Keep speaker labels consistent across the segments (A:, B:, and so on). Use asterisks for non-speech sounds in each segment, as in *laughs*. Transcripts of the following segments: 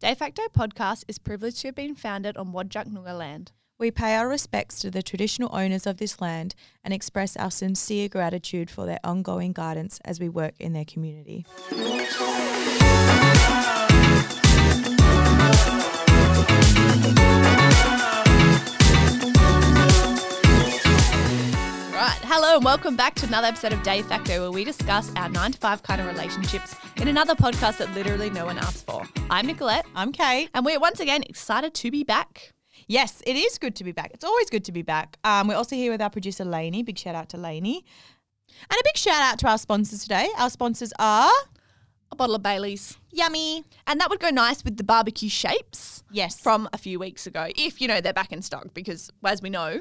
A: De facto podcast is privileged to have been founded on Wadjuk Noongar land.
B: We pay our respects to the traditional owners of this land and express our sincere gratitude for their ongoing guidance as we work in their community.
A: Right, hello and welcome back to another episode of De Facto where we discuss our 9 to 5 kind of relationships in another podcast that literally no one asked for. I'm Nicolette
B: I'm Kay.
A: and we're once again excited to be back.
B: Yes, it is good to be back. It's always good to be back. Um, we're also here with our producer Lainey. Big shout out to Lainey. And a big shout out to our sponsors today. Our sponsors are
A: A bottle of Bailey's.
B: Yummy.
A: And that would go nice with the barbecue shapes
B: Yes.
A: from a few weeks ago, if you know they're back in stock, because as we know,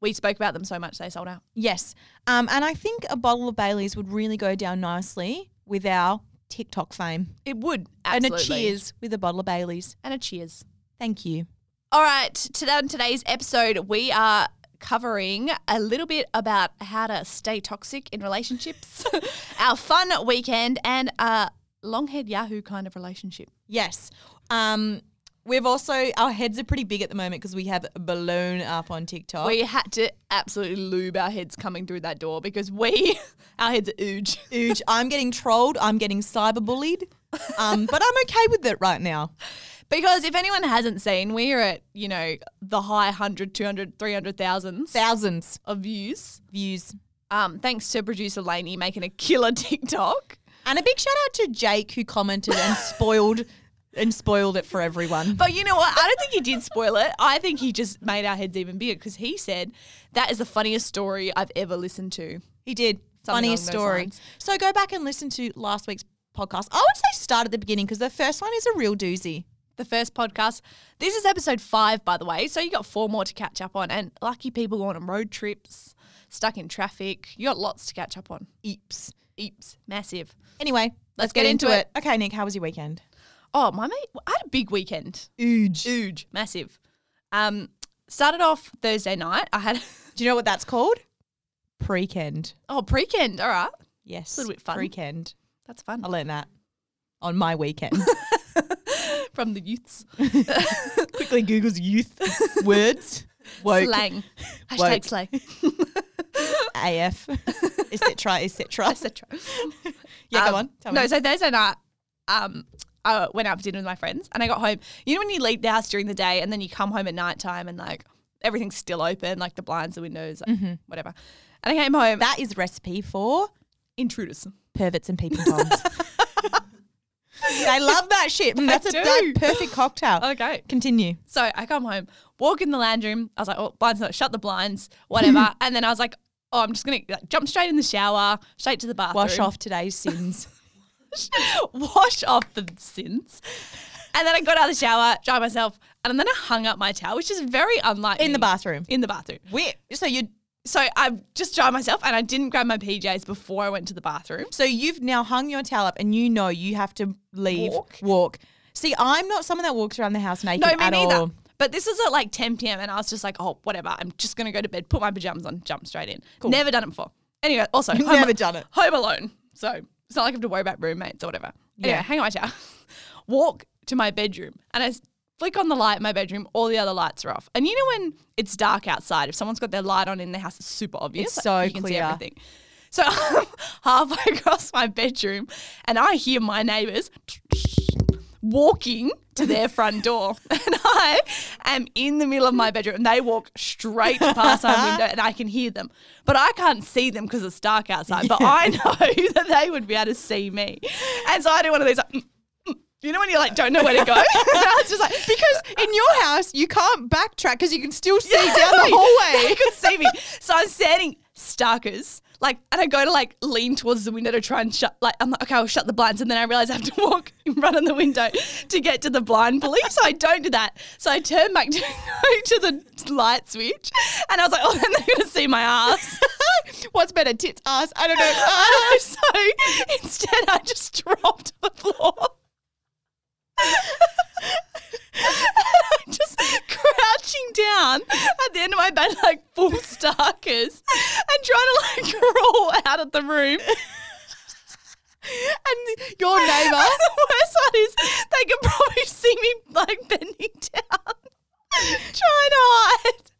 A: we spoke about them so much they sold out.
B: Yes. Um, and I think a bottle of Bailey's would really go down nicely with our TikTok fame.
A: It would. Absolutely.
B: And a cheers with a bottle of Bailey's.
A: And a cheers.
B: Thank you.
A: All right, today on today's episode, we are covering a little bit about how to stay toxic in relationships, *laughs* our fun weekend, and a long-haired Yahoo kind of relationship.
B: Yes. Um, we've also, our heads are pretty big at the moment because we have balloon up on TikTok.
A: We had to absolutely lube our heads coming through that door because we, *laughs* our heads are ooge.
B: *laughs* Huge. I'm getting trolled. I'm getting cyberbullied. Um, but I'm okay with it right now.
A: Because if anyone hasn't seen, we are at, you know, the high 100, 200, 300 thousands
B: Thousands
A: of views.
B: views.
A: Um, thanks to producer Lainey making a killer *laughs* TikTok.
B: And a big shout out to Jake who commented
A: *laughs*
B: and spoiled and spoiled it for everyone.
A: But you know what? I don't think he did spoil it. I think he just made our heads even bigger because he said that is the funniest story I've ever listened to.
B: He did.
A: Something
B: Funniest
A: along those
B: story.
A: lines.
B: So go back and listen to last week's podcast. I would say start at the beginning because the first one is a real doozy.
A: The first podcast. This is episode five, by the way. So you got four more to catch up on. And lucky people go on road trips, stuck in traffic. You got lots to catch up on.
B: Eeps.
A: Eeps, massive.
B: Anyway, let's,
A: get into it.
B: Okay, Nick, how was your weekend?
A: Oh, my mate, I had a big weekend.
B: Ooge.
A: Huge, massive. Um, started off Thursday night. I had *laughs*
B: Do you know what that's called? Prekend.
A: oh pre-kend. All right,
B: Yes.
A: A little bit fun.
B: Prekend.
A: that's fun. *laughs*
B: I learned that on my weekend.
A: From the youths.
B: *laughs* Quickly Google's *laughs* youth words. Woke.
A: Slang. *laughs* Hashtag
B: Woke.
A: *laughs* slang.
B: *laughs* AF, etc., etc.
A: etc.
B: *laughs* Yeah, go
A: Um,
B: on. Tell
A: no,
B: me.
A: so Thursday night, um, I went out for dinner with my friends, and I got home. You know when you leave the house during the day, and then you come home at night time, and like everything's still open, like the blinds, the windows, like, whatever. And I came home.
B: Mm-hmm. That is recipe for
A: intruders.
B: perverts and peeping toms. *laughs* they love that shit. Mm, That's a
A: do.
B: that perfect cocktail.
A: Okay.
B: Continue.
A: So I come home, walk in the lounge room. I was like, oh, blinds, not shut the blinds, whatever.
B: *laughs*
A: and then I was like, oh, I'm just gonna like, jump straight in the shower, straight to the bathroom,
B: Wash off today's *laughs* sins.
A: *laughs* wash off the sins. And then I got out of the shower, dry myself, and then I hung up my towel, which is very unlike
B: In the
A: me.
B: bathroom.
A: In the bathroom.
B: Weird. So you
A: So I've just dried myself and I didn't grab my PJs before I went to the bathroom.
B: so you've now hung your towel up and you know you have to leave
A: Walk.
B: walk. See, I'm not someone that walks around the house naked
A: No, me
B: at
A: neither.
B: all.
A: But this was at like 10 p.m. and I was just like, oh, whatever. I'm just going to go to bed, put my pajamas on, jump straight in. Never done it before. Anyway, also, home,
B: Never done it.
A: home alone. So it's not like I have to worry about roommates or whatever. Anyway,
B: Yeah.
A: hang on my towel. *laughs* Walk to my bedroom and I s- flick on the light in my bedroom. All the other lights are off. And you know when it's dark outside, if someone's got their light on in their house, it's super obvious.
B: It's so
A: you can see
B: clear.
A: everything. So *laughs* I'm halfway across my bedroom and I hear my neighbours walking to their front door. *laughs* And I am in the middle of my bedroom and they walk straight past my window and I can hear them. But I can't see them because it's dark outside. But I *laughs* know that they would be able to see me. And so I do one of these like, mm, mm. you know when you like don't know where to go? *laughs* And I was just like,
B: Because in your house you can't backtrack because you can
A: *laughs*
B: still see down
A: They- *laughs*
B: the hallway.
A: They could see me. So I'm standing starkers. Like, and I go to like lean towards the window to try and shut, like, I'm like, okay, I'll shut the blinds. And then I realize I have to *laughs* walk in front of the window to get to the blind police. So I don't do that. So I turn back to, *laughs* to the light switch and I was like, oh, *laughs* then they're going to see my ass. *laughs*
B: What's better, tits, ass? I don't know. Uh,
A: Ah, *laughs* so instead, I just dropped to the floor. *laughs* And I'm just crouching down at the end of my bed, like full starkers, and trying to like crawl out of the room.
B: And your neighbour.
A: *laughs* And the worst part is they could probably see like bending down, *laughs* trying to hide.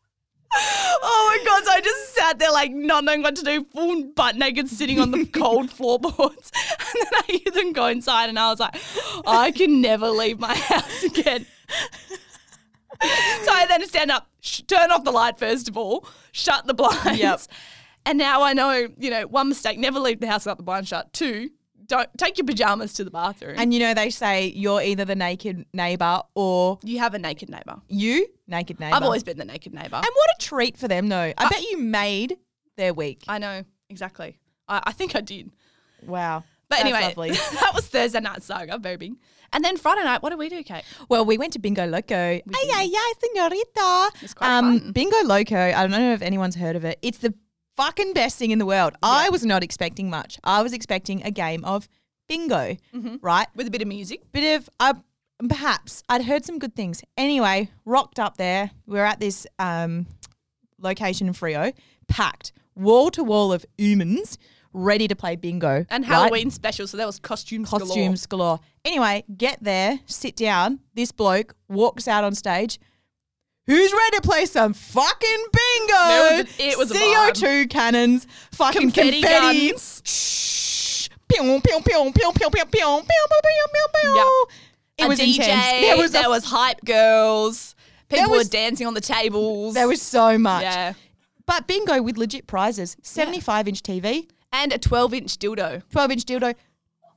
A: Oh my god! So I just sat there like not knowing what to do, full butt naked, sitting on
B: *laughs*
A: the cold floorboards, *laughs* and then I hear them go inside, and I was like, I can never leave my *laughs* house again. so I then stand up, sh- turn off the light first of all, shut the blinds.
B: Yep.
A: And now I know, you know, one mistake: never leave the house without the blind shut. Two, don't take your pajamas to the bathroom.
B: And you know they say you're either the naked neighbor or
A: you have a naked neighbor.
B: you naked neighbor.
A: I've always been the naked neighbor.
B: And what a treat for them, though. I, bet you made their week.
A: I know exactly. I, I think I did.
B: wow.
A: But
B: That's
A: anyway,
B: lovely.
A: *laughs* that was Thursday night saga, very big. And then Friday night, what did we do, Kate?
B: Well, we went to Bingo Loco. Ay, ay, ay, senorita.
A: It's quite fun.
B: Bingo Loco, I don't know if anyone's heard of it. It's the fucking best thing in the world. I was not expecting much. I was expecting a game of bingo,
A: Mm-hmm.
B: right?
A: With a bit of music.
B: Bit of, uh, perhaps, I'd heard some good things. Anyway, rocked up there. We were at this um, location in Frio, packed, wall to wall of humans ready to play bingo.
A: And
B: right?
A: Halloween special, so there was costumes galore.
B: costumes galore. Anyway, get there, sit down. This bloke walks out on stage. Who's ready to play some fucking bingo?
A: There was a- it was a
B: CO2 cannons, fucking confetti.
A: Confetti guns.
B: Shh. Pew, pew, pew, pew, pew, pew, pew, pew, pew, pew, pew, pew. It
A: A
B: was
A: DJ,
B: intense.
A: There
B: There
A: was,
B: was, a-
A: there was hype girls. People
B: was-
A: were dancing on the tables.
B: there was so much.
A: yeah.
B: But bingo with legit prizes 75 inch TV,
A: And a 12 inch dildo.
B: 12 inch dildo.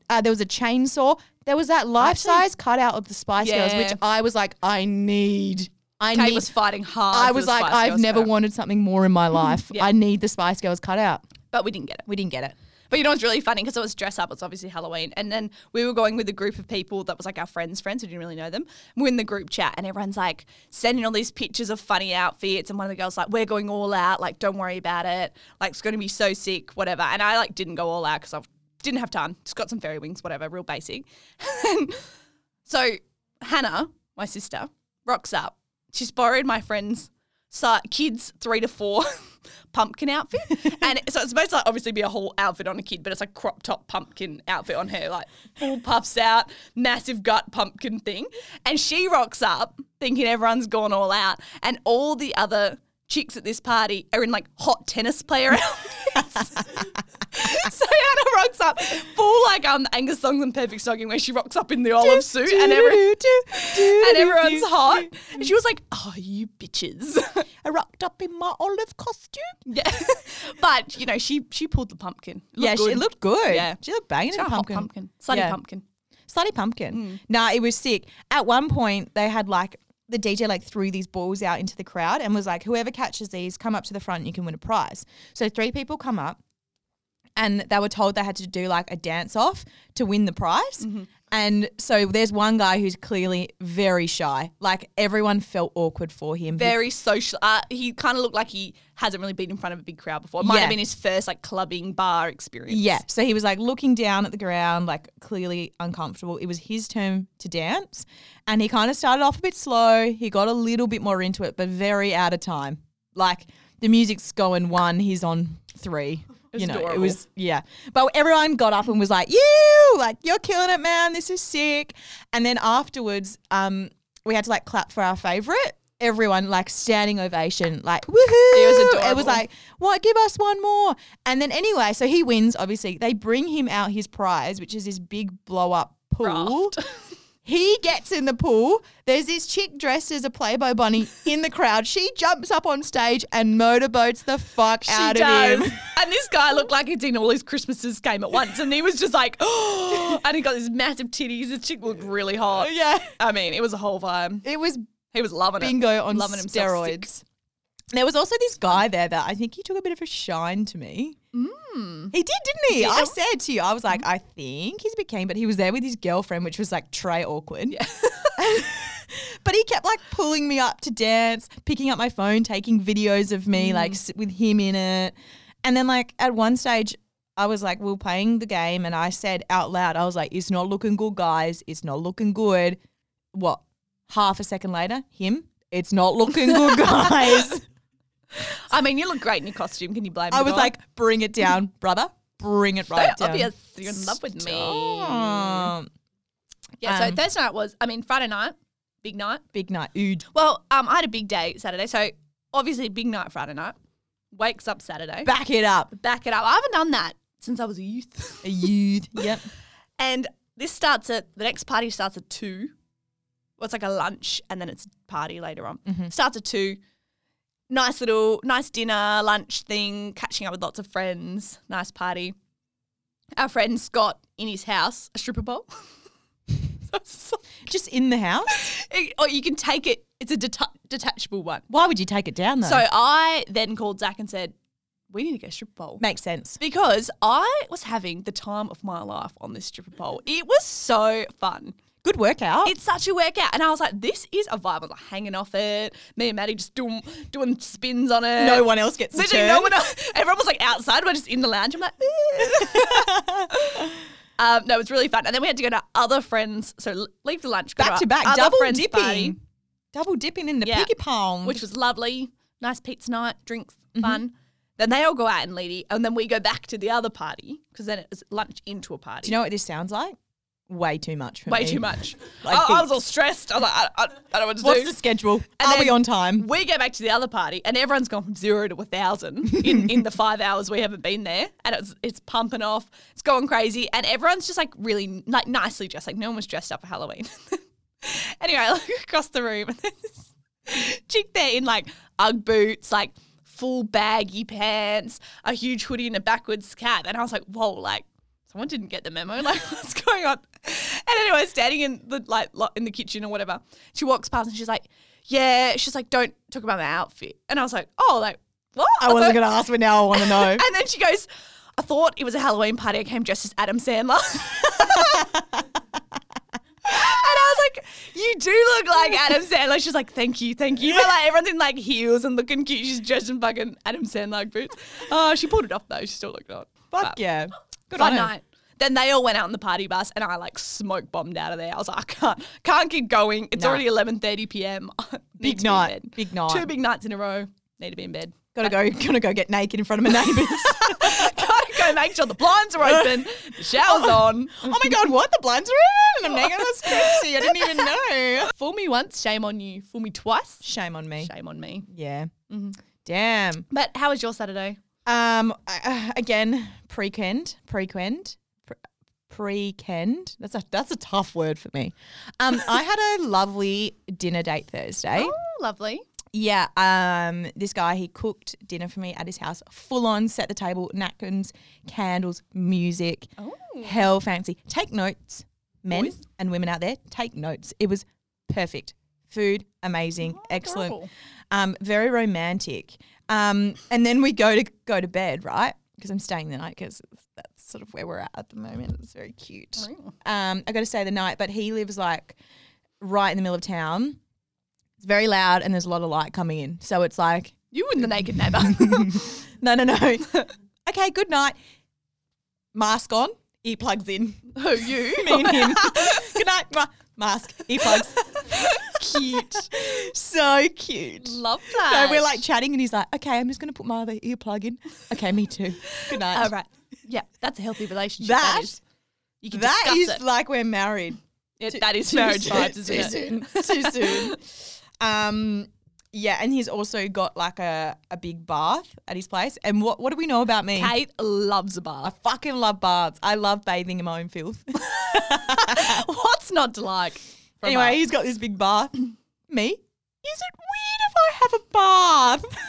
B: Uh, there was a chainsaw. There was that life size cutout of the Spice Girls,
A: Yeah.
B: which I was like, I need. I
A: Kate
B: need.
A: was fighting hard.
B: I
A: for
B: was
A: the
B: like,
A: Spice
B: I've
A: Girls
B: never
A: cutout.
B: wanted something more in my life.
A: Yeah.
B: I need the Spice Girls cutout.
A: But we didn't get it.
B: We didn't get it.
A: But you know, it's really funny because it was dress up. It's obviously Halloween, and then we were going with a group of people that was like our friends' friends. We didn't really know them. We We're in the group chat, and everyone's like sending all these pictures of funny outfits. And one of the girls like, "We're going all out. Like, don't worry about it. Like, it's going to be so sick, whatever." And I like didn't go all out because I didn't have time. Just got some fairy wings, whatever, real basic. so Hannah, my sister, rocks up. She's borrowed my friend's so kids three to four *laughs* pumpkin outfit. and so it's supposed to like, obviously be a whole outfit on a kid, but it's a crop top pumpkin outfit on her, like full puffs out, massive gut pumpkin thing. And she rocks up thinking everyone's gone all out. And all the other chicks at this party are in like hot tennis player *laughs* outfits. *laughs* so Anna rocks up full like um Angus Songs and Perfect Stocking where she rocks up in the olive suit and every, and everyone's hot. And she was like, Oh, you bitches. *laughs*
B: I rocked up in my olive costume.
A: Yeah, but you know, she she pulled the pumpkin. It
B: yeah, she
A: good.
B: it looked good.
A: Yeah.
B: She looked banging
A: It's
B: in
A: got
B: a
A: a hot
B: pumpkin.
A: pumpkin, sunny
B: Yeah.
A: pumpkin.
B: Slutty pumpkin. Nah, it was sick. At one point, they had like the DJ like threw these balls out into the crowd and was like, whoever catches these, come up to the front and you can win a prize. So three people come up and they were told they had to do like a dance off to win the prize. And so there's one guy who's clearly very shy. Like everyone felt awkward for him. He-
A: Very social. Uh, he kind of looked like he hasn't really been in front of a big crowd before. It might
B: Yeah.
A: have been his first like clubbing bar experience.
B: Yeah. So he was like looking down at the ground, like clearly uncomfortable. It was his turn to dance. And he kind of started off a bit slow. He got a little bit more into it, but very out of time. Like the music's going one, he's on three.
A: It's
B: you know, it
A: adorable.
B: was yeah. But everyone got up and was like, "You, like you're killing it, man. This is sick." And then afterwards, um, we had to like clap for our favorite. Everyone like standing ovation, like woohoo! It
A: was
B: It was
A: adorable.
B: like, "What? Give us one more!" And then anyway, so he wins. Obviously, they bring him out his prize, which is this big blow up pool.
A: Raft.
B: *laughs* He gets in the pool. There's this chick dressed as a Playboy bunny in the crowd. She jumps up on stage and motorboats the fuck
A: She
B: out
A: does.
B: of him.
A: *laughs* And this guy looked like he'd seen all his Christmases came at once, and he was just like, *gasps* oh, and he got these massive titties. This chick looked really hot.
B: *laughs* Yeah.
A: I mean, it was a whole vibe.
B: It was
A: He was loving it.
B: bingo on
A: Loving himself sick.
B: steroids. There was also this guy there that I think he took a bit of a shine to me. Mm. He did, Mm. didn't he? I said to you, I was like, I think he's a bit keen, but he was there with his girlfriend, which was like tray awkward. Yeah. *laughs* but he kept like pulling me up to dance, picking up my phone, taking videos of me, like s- with him in it. And then, like, at one stage, I was like, we are playing the game, and I said out loud, I was like, it's not looking good, guys. It's not looking good what half a second later him it's not looking *laughs* good guys
A: I mean, you look great in your costume. Can you blame
B: i
A: the
B: was
A: guy?
B: like bring
A: *laughs*
B: it down brother bring it right
A: so
B: down
A: obvious you're in love with me.
B: Um,
A: Yeah, so
B: Um,
A: Thursday night was, I mean, Friday night, Big night.
B: Big night. Ood.
A: Well, um, I had a big day Saturday, so obviously big night Friday night. Wakes up Saturday.
B: Back it up.
A: back it up. I haven't done that since I was a youth. *laughs*
B: A youth. Yep.
A: and this starts at the next party starts at two. Well, it's like a lunch and then it's party later on. Starts at two. Nice little nice dinner, lunch thing, catching up with lots of friends, nice party. Our friend Scott in his house, a stripper pole. *laughs* So
B: Just in the house.
A: it's- or oh, you can take it, it's a deta- detachable one.
B: Why would you take it down though?
A: So I then called Zach and said, We need to get a stripper pole.
B: makes sense.
A: because I was having the time of my life on this stripper pole. It was so fun.
B: Good workout.
A: It's such a workout. And I was like, this is a vibe. I was like hanging off it. Me and Maddie just doing, doing spins on it.
B: no one else gets a
A: Literally,
B: turn.
A: no one else. Everyone was like outside. We're just in the lounge. I'm like, "Eh." *laughs* um, no, it was really fun. And then we had to go to other friends. So l- leave the lunch. go
B: back
A: our
B: to back,
A: other
B: double
A: friends'
B: dipping, Mm-hmm.
A: party.
B: double dipping in the
A: Yeah.
B: piggy pound.
A: which was lovely. Nice pizza night, drinks,
B: Mm-hmm.
A: fun. Then they all go out and lady, and then we go back to the other party because then it was lunch into a party.
B: do you know what this sounds like? Way too much for
A: Way
B: me.
A: too much.
B: Like
A: I, I was
B: heaps.
A: all stressed. I was like, I, I, I don't know what to
B: What's
A: do.
B: the schedule?
A: And
B: Are we
A: then-
B: on time?
A: we go back to the other party, and everyone's gone from zero to a thousand in, in the five hours we haven't been there, and it's it's pumping off, it's going crazy, and everyone's just like really like nicely dressed, like no one was dressed up for Halloween. *laughs* anyway, *laughs* I look across the room, *laughs* and there's this *laughs* chick there in like UGG boots, like full baggy pants, a huge hoodie, and a backwards cap, and I was like, whoa, like. Someone didn't get the memo. *laughs* Like, what's going on? And anyway, standing in the like lo- in the kitchen or whatever, she walks past and she's like, "Yeah." She's like, "Don't talk about my outfit." And I was like, "Oh, like what?"
B: I wasn't going to ask, but now I want to know.
A: *laughs* And then she goes, "I thought it was a Halloween party. I came dressed as Adam Sandler." *laughs* And I was like, you do look like Adam Sandler. She's like, thank you, thank you. But like everyone's in like heels and looking cute. She's dressed in fucking Adam Sandler boots. Oh, she pulled it off though. She still looked on.
B: Fuck
A: But-
B: yeah. Good
A: fun
B: on her.
A: night. Then they all went out in the party bus, and I like smoke bombed out of there. I was like, I can't, can't keep going. It's
B: Nah.
A: already eleven thirty p.m. *laughs* Need
B: Big
A: to be in
B: night,
A: bed.
B: big night.
A: Two big nights in a row. Need to be in bed.
B: Gotta go. *laughs* Gonna go get naked in
A: *laughs*
B: front of my neighbours.
A: Gotta go make sure the blinds are open, the shower's on.
B: *laughs* oh my god, what? The blinds are in and I'm
A: *laughs*
B: naked. That's crazy. I didn't even know.
A: Fool me once, shame on you. Fool me twice,
B: Shame on me.
A: shame Mm-hmm. on me.
B: Yeah. Damn.
A: But how was your Saturday?
B: Um. I- Uh, again, pre-kend, pre-kend, pre- pre-kend. That's a that's a tough word for me. Um. I had a lovely dinner date Thursday.
A: Oh, lovely.
B: Yeah. Um. This guy he cooked dinner for me at his house, full on, set the table, napkins, candles, music.
A: Oh,
B: Hell fancy. Take notes, men
A: Boys.
B: and women out there. Take notes. It was perfect. Food, amazing, excellent
A: adorable.
B: um, very romantic. Um, and then we go to go to bed, right? Because I'm staying the night because that's sort of where we're at at the moment. It's very cute. Um, I got to stay the night, but he lives like right in the middle of town. It's very loud and there's a lot of light coming in, so it's like
A: you and the naked neighbor.
B: no, no, no. *laughs* okay, good night. Mask on, earplugs *laughs* in.
A: Who you?
B: Me and *laughs* him. good night. Mwah. Mask, earplugs. *laughs* cute, so cute.
A: *laughs* Love
B: So
A: that.
B: we're like chatting, and he's like, "Okay, I'm just gonna put my other earplug in." Okay, me too. Good night.
A: all right. Yeah, that's a healthy relationship.
B: That-
A: that is. You can
B: That
A: discuss it.
B: is like we're married.
A: It- that is
B: Too
A: marriage
B: soon,
A: vibes, isn't
B: too
A: it?
B: soon. *laughs* Too soon. Um, yeah, and he's also got like a, a big bath at his place. And what what do we know about me?
A: Kate loves a
B: I
A: bath.
B: fucking love baths. I love bathing in my own filth.
A: *laughs* What's not to like? from
B: anyway,
A: a-
B: he's got this big bath. me? Is it weird if I have a bath?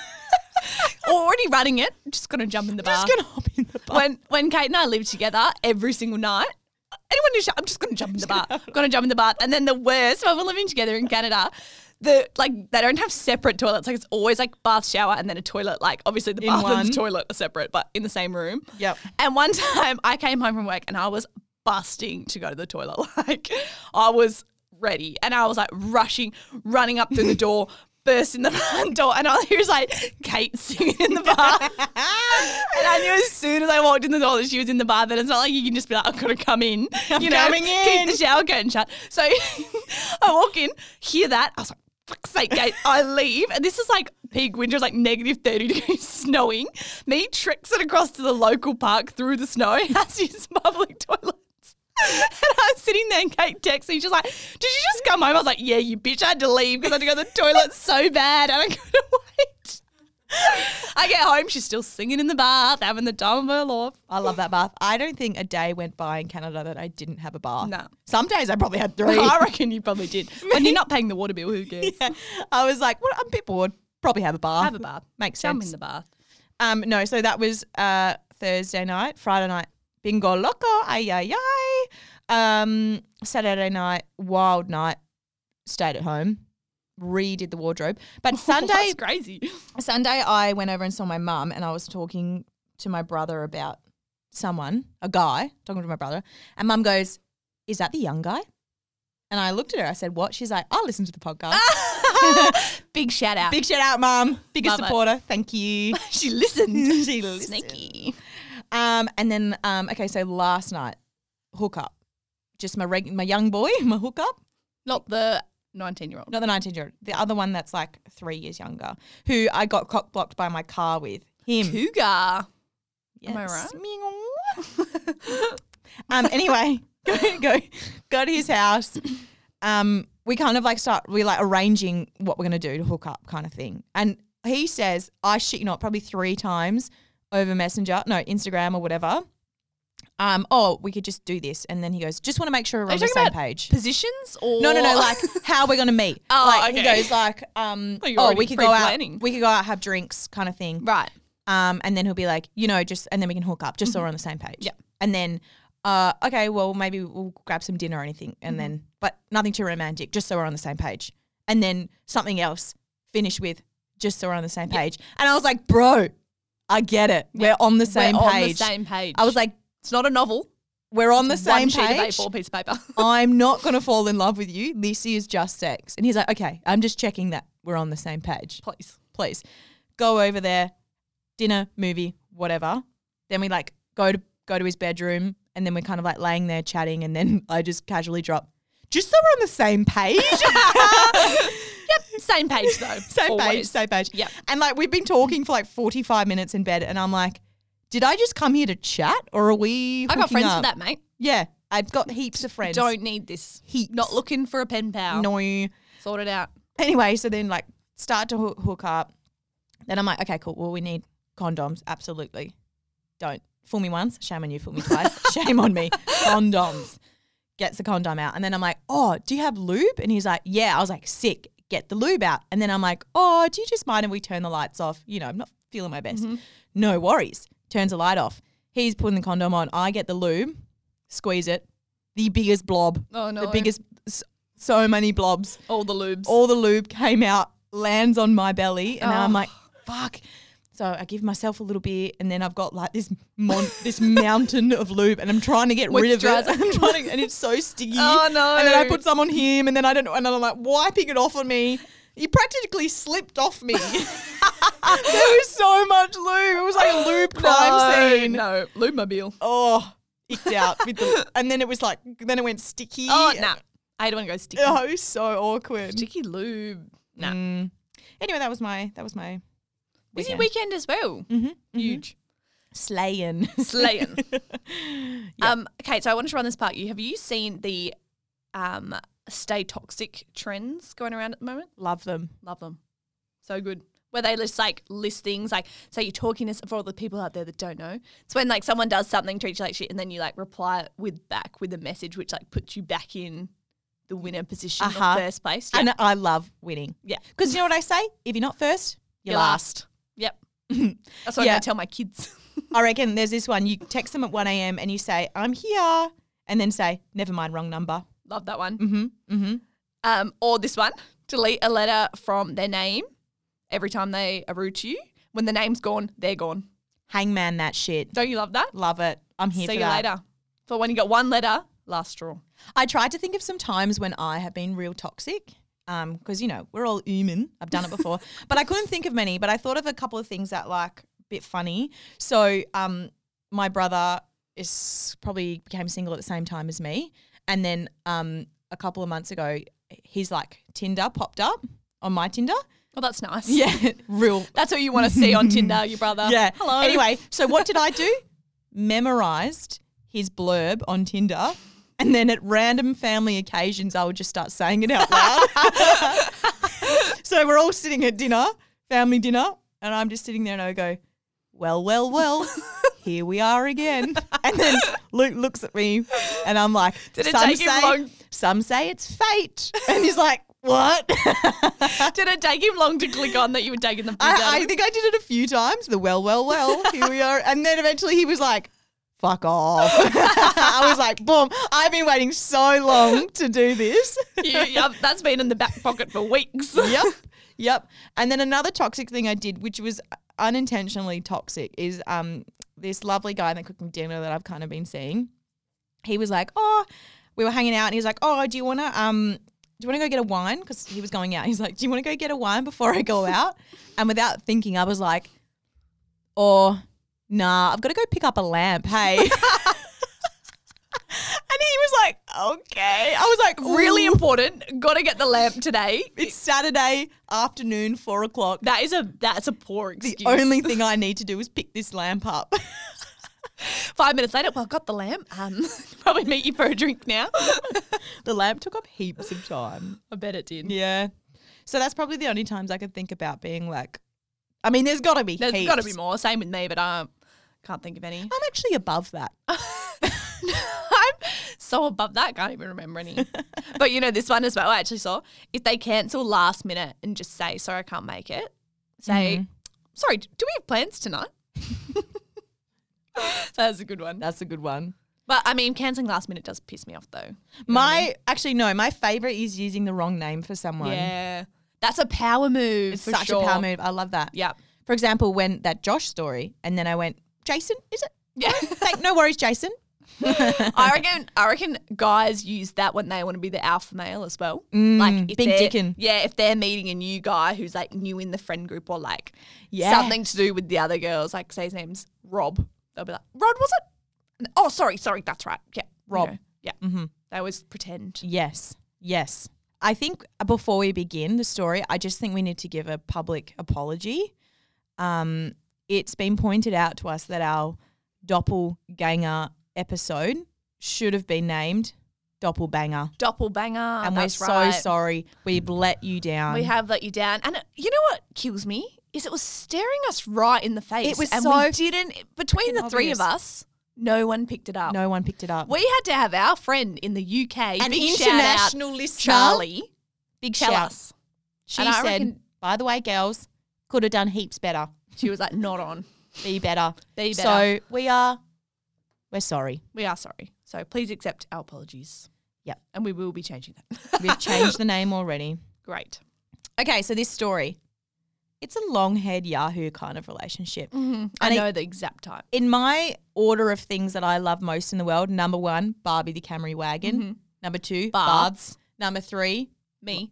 B: *laughs*
A: already running it. Just gonna jump in the bath.
B: just gonna hop in the bath.
A: when when Kate and I lived together every single night. Anyone who sh- I'm just gonna jump in the bath.
B: *laughs*
A: Gonna jump in the bath. And then the worst when we're living together in Canada, the like they don't have separate toilets. Like it's always like bath shower and then a toilet. Like obviously the
B: In
A: bath and
B: one.
A: the toilet are separate, but in the same room.
B: Yep.
A: And one *laughs* time I came home from work and I was busting to go to the toilet. *laughs* Like I was ready and I was like rushing, running up through the door, *laughs* burst in the front door, and I was like, Kate singing in
B: *laughs*
A: the bath. And I knew as soon as I walked in the door that she was in the bath, and it's not like you can just be like, I'm gonna come in.
B: *laughs*
A: You know,
B: coming in.
A: keep the shower curtain shut. So *laughs* I walk in, hear that, I was like, fuck's sake, Kate. I leave. And this is like peak winter, it's like negative 30 *laughs* degrees snowing. *laughs* Me tricks it across to the local park through the snow, has his public toilets. *laughs* And I'm sitting there and Kate texts me. She's like, Did you just come home? I was like, Yeah, you bitch. I had to leave because I had to go to the toilet so bad and I couldn't *laughs* wait. I get home. She's still singing in the bath, having the time of her life. *laughs*
B: I love that bath. I don't think a day went by in Canada that I didn't have a bath.
A: No.
B: Some days I probably had three.
A: I reckon you probably did. When you're not paying the water bill, who *laughs* cares?
B: Yeah. *laughs* I was like, well, I'm a bit bored. Probably have a bath.
A: Have a bath.
B: Makes
A: Jump
B: sense.
A: in the bath. *laughs*
B: Um, no, so that was uh, Thursday night, Friday night, bingo loco, ay ay ay. Um, Saturday night, wild night, stayed at home, redid the wardrobe.
A: *laughs*
B: But Sunday,
A: That's crazy.
B: Sunday, I went over and saw my mum, and I was talking to my brother about someone, a guy, talking to my brother, and mum goes, "Is that the young guy?" And I looked at her. I said, "What?" She's like, "I'll listen to the podcast."
A: *laughs* Big *laughs* shout out.
B: Big shout out, mum, biggest
A: Love it.
B: supporter. Thank you.
A: she
B: *laughs*
A: listened.
B: She listened.
A: Sneaky.
B: Um, and then um, okay, so last night, hookup, just my reg- my young boy, *laughs* my hookup,
A: Not the 19 year old.
B: not the nineteen year old, the other one that's like three years younger, who I got cock blocked by my car with him.
A: Cougar. Am I
B: right? um, anyway, *laughs* go, go, go to his house. Um, we kind of like start, we like arranging what we're going to do to hook up kind of thing. And he says, I shit you not, probably three times over Messenger, no, Instagram or whatever. Um, oh, we could just do this. And then he goes, just want to make sure we're
A: Are you
B: on the
A: talking
B: same
A: about
B: page.
A: Positions or
B: No, no, no. Like how we're gonna meet.
A: *laughs* Oh,
B: like he
A: okay.
B: goes like, um,
A: Oh, you're
B: oh,
A: already
B: we could go out,
A: pre-planning.
B: we could go out, have drinks, kind of thing.
A: right.
B: Um, and then he'll be like, you know, just and then we can hook up, just
A: Mm-hmm.
B: so we're on the same page.
A: Yeah.
B: And then, uh, okay, well maybe we'll grab some dinner or anything, and
A: Mm-hmm.
B: then but nothing too romantic, just so we're on the same page. And then something else finished with, just so we're on the same page. And I was like, bro, I get it. We're on the
A: *laughs*
B: same
A: We're on the
B: page.
A: same page.
B: I was like,
A: it's not a novel.
B: we're on the same
A: One sheet
B: page.
A: of A4 piece of *laughs* paper.
B: I'm not gonna fall in love with you. This is just sex. And he's like, okay, I'm just checking that we're on the same page
A: Please.
B: please go over there dinner movie whatever then we like go to go to his bedroom and then we're kind of like laying there chatting and then *laughs* i just casually drop just so we're on the same page *laughs*
A: *laughs* Same page though.
B: same page
A: Always.
B: same page
A: Yep.
B: and like we've been talking for like 45 minutes in bed and i'm like did i just come here to chat or are we
A: I got
B: hooking
A: friends
B: up?
A: for that, mate.
B: yeah i've got heaps of friends
A: Don't need this.
B: Heaps.
A: Not looking for a pen pal.
B: no
A: Sort it out.
B: *laughs* anyway, so then like start to hoo- hook up. Then I'm like, okay, cool. Well, we need condoms. Absolutely. Don't fool me once. Shame on you. Fool me
A: *laughs*
B: twice. shame on me. Condoms. Gets the condom out. And then I'm like, oh, do you have lube? And he's like, yeah. I was like, sick. Get the lube out. And then I'm like, oh, do you just mind if we turn the lights off? You know, I'm not feeling my
A: Mm-hmm.
B: best. No worries. Turns the light off. He's putting the condom on. I get the lube, squeeze it. The biggest blob.
A: Oh no.
B: The biggest, s- so many blobs
A: all the lubes.
B: all the lube came out, lands on my belly, and
A: Oh.
B: I'm like, fuck. So I give myself a little bit, and then I've got like this mon- this mountain of lube, and I'm trying to get rid of it.
A: Moisturiser.
B: *laughs* I'm trying to, and it's so sticky.
A: Oh, no.
B: And then I put some on him, and then I don't know, and I'm like wiping it off on me. He practically slipped off me. *laughs* there was so much lube. It was like
A: *gasps*
B: a lube crime
A: *laughs* no,
B: scene.
A: No, lube mobile.
B: Oh, icked out with the, and then it was like, then it went sticky.
A: Oh no. Nah. I don't want to go sticky.
B: Oh, it was so awkward.
A: Sticky lube. Nah.
B: Mm. Anyway, that was my that was my
A: Busy weekend Mm-hmm, as well. *laughs* Huge.
B: slaying. *laughs*
A: Slaying. Um, okay, so I wanted to run this part. You have you seen the um stay toxic trends going around at the moment?
B: Love them.
A: Love them. So good. Where they just like list things like so you're talking this for all the people out there that don't know. It's when like someone does something treats you like shit and then you like reply with back with a message which like puts you back in the winner position
B: Uh-huh.
A: in the first place. Yeah.
B: And I love winning.
A: Yeah.
B: Because you know what I say? If you're not first, are last. *laughs*
A: Yep. That's what
B: Yeah.
A: I'm gonna tell my kids. *laughs*
B: I reckon there's this one. You text them at 1 a.m. and you say, I'm here. And then say, never mind, wrong number.
A: Love that one.
B: Mm-hmm. Mm-hmm.
A: Um, or this one, delete a letter from their name every time they are rude to you. When the name's gone, they're gone.
B: Hangman that shit.
A: Don't you love that?
B: Love it. I'm here
A: See
B: for
A: you
B: that.
A: later. So when you got one letter, last straw.
B: I tried to think of some times when I have been real toxic. Um, because you know we're all human. I've done it before, but I couldn't think of many. But I thought of a couple of things that like a bit funny. So, um, my brother is probably became single at the same time as me, and then um, a couple of months ago, his like Tinder popped up on my Tinder.
A: Well, that's nice.
B: Yeah, *laughs* real.
A: That's what you want to see on Tinder, your brother.
B: Yeah.
A: Hello.
B: Anyway, so what did I do? Memorized his blurb on Tinder And then at random family occasions, I would just start saying it out loud.
A: *laughs*
B: so we're all sitting at dinner, family dinner, and I'm just sitting there and I go, well, well, well, here we are again. And then Luke looks at me and I'm like,
A: Did it
B: some,
A: take him
B: say,
A: long-
B: some say it's fate. And he's like, what?
A: *laughs* Did it take him long to click on that you were taking the piss out
B: I,
A: of
B: I
A: him?
B: think I did it a few times. The well, well, well, here we are. And then eventually he was like, fuck off. *laughs* I was like, boom, I've been waiting so long to do this.
A: *laughs* You- yep, that's been in the back pocket for weeks.
B: *laughs* yep. Yep. And then another toxic thing I did, which was unintentionally toxic, is um this lovely guy in the cooking dinner that I've kind of been seeing. He was like, Oh, we were hanging out and he was like, Oh, do you wanna um do you want to go get a wine? Because he was going out. He's like, Do you want to go get a wine before I go *laughs* out? And without thinking, I was like, Oh, nah, I've got to go pick up a lamp. *laughs* Hey. and he was like, Okay. I was like,
A: Really
B: "Ooh."
A: important. Got to get the lamp today.
B: It's Saturday afternoon, four o'clock.
A: That is a that's a poor
B: The
A: excuse.
B: only thing *laughs* I need to do is pick this lamp up. *laughs*
A: Five minutes later, well, got the lamp. Um, *laughs* probably meet you for a drink
B: *laughs*
A: now.
B: the lamp took up heaps of time.
A: I bet it did.
B: Yeah. So that's probably the only times I could think about being like, I mean, there's got to be
A: There's
B: heaps.
A: got to be more. Same with me, but I can't think of any.
B: I'm actually above that.
A: I'm so above that, can't even remember
B: *laughs*
A: any. but you know, this one as well, I actually saw. If they cancel last minute and just say, sorry, I can't make it,
B: Mm-hmm.
A: say, sorry, do we have plans
B: *laughs*
A: tonight? That's a good one.
B: *laughs* That's a good one.
A: But I mean, cancelling last minute does piss me off though.
B: My, actually, no, my favorite is using the wrong name for someone.
A: Yeah. That's a power move.
B: It's
A: for
B: such
A: sure.
B: a power move. I love that.
A: Yep.
B: For example, when that Josh story, and then I went, Jason, is it?
A: Yeah.
B: *laughs* Like, no worries, Jason.
A: I reckon I reckon guys use that when they want to be the alpha male as well. like
B: Mm, big
A: they're-
B: dickin'.
A: Yeah, if they're meeting a new guy who's like new in the friend group or like
B: Yeah.
A: something to do with the other girls, like say his name's Rob. They'll be like, Rod, was it? And, oh, sorry, sorry, that's right. Yeah. you
B: Rob.
A: know, yeah.
B: Mm-hmm.
A: They always pretend.
B: Yes. Yes. I think before we begin the story, I just think we need to give a public apology. Um, it's been pointed out to us that our doppelganger episode should have been named Doppelbanger.
A: Doppelbanger.
B: and
A: Ah,
B: we're
A: that's
B: so
A: right.
B: sorry. We've let you down.
A: We have let you down. And it, you know what kills me? Is it was staring us right in the face.
B: It was
A: and
B: so
A: we didn't between the
B: fucking
A: three of
B: obvious.
A: us, no one picked it up.
B: no one picked it up.
A: We had to have our friend in the UK,
B: An
A: big shout out,
B: international listener.
A: Charlie,
B: Big
A: tell
B: shout.
A: us.
B: She
A: And I
B: said,
A: reckon-
B: by the way, girls, could have done heaps better.
A: She was like, not on.
B: Be better.
A: Be
B: So
A: better.
B: we are, we're sorry.
A: We are sorry. So please accept our apologies.
B: Yep.
A: And we will be changing that. *laughs*
B: We've changed the name already.
A: Great.
B: Okay, so this story. It's a long haired Yahoo kind of relationship.
A: I
B: And it-
A: know the exact type.
B: In my order of things that I love most in the world, number one, Barbie the Camry wagon.
A: Mm-hmm.
B: Number two,
A: Baths.
B: baths. Number three,
A: Me.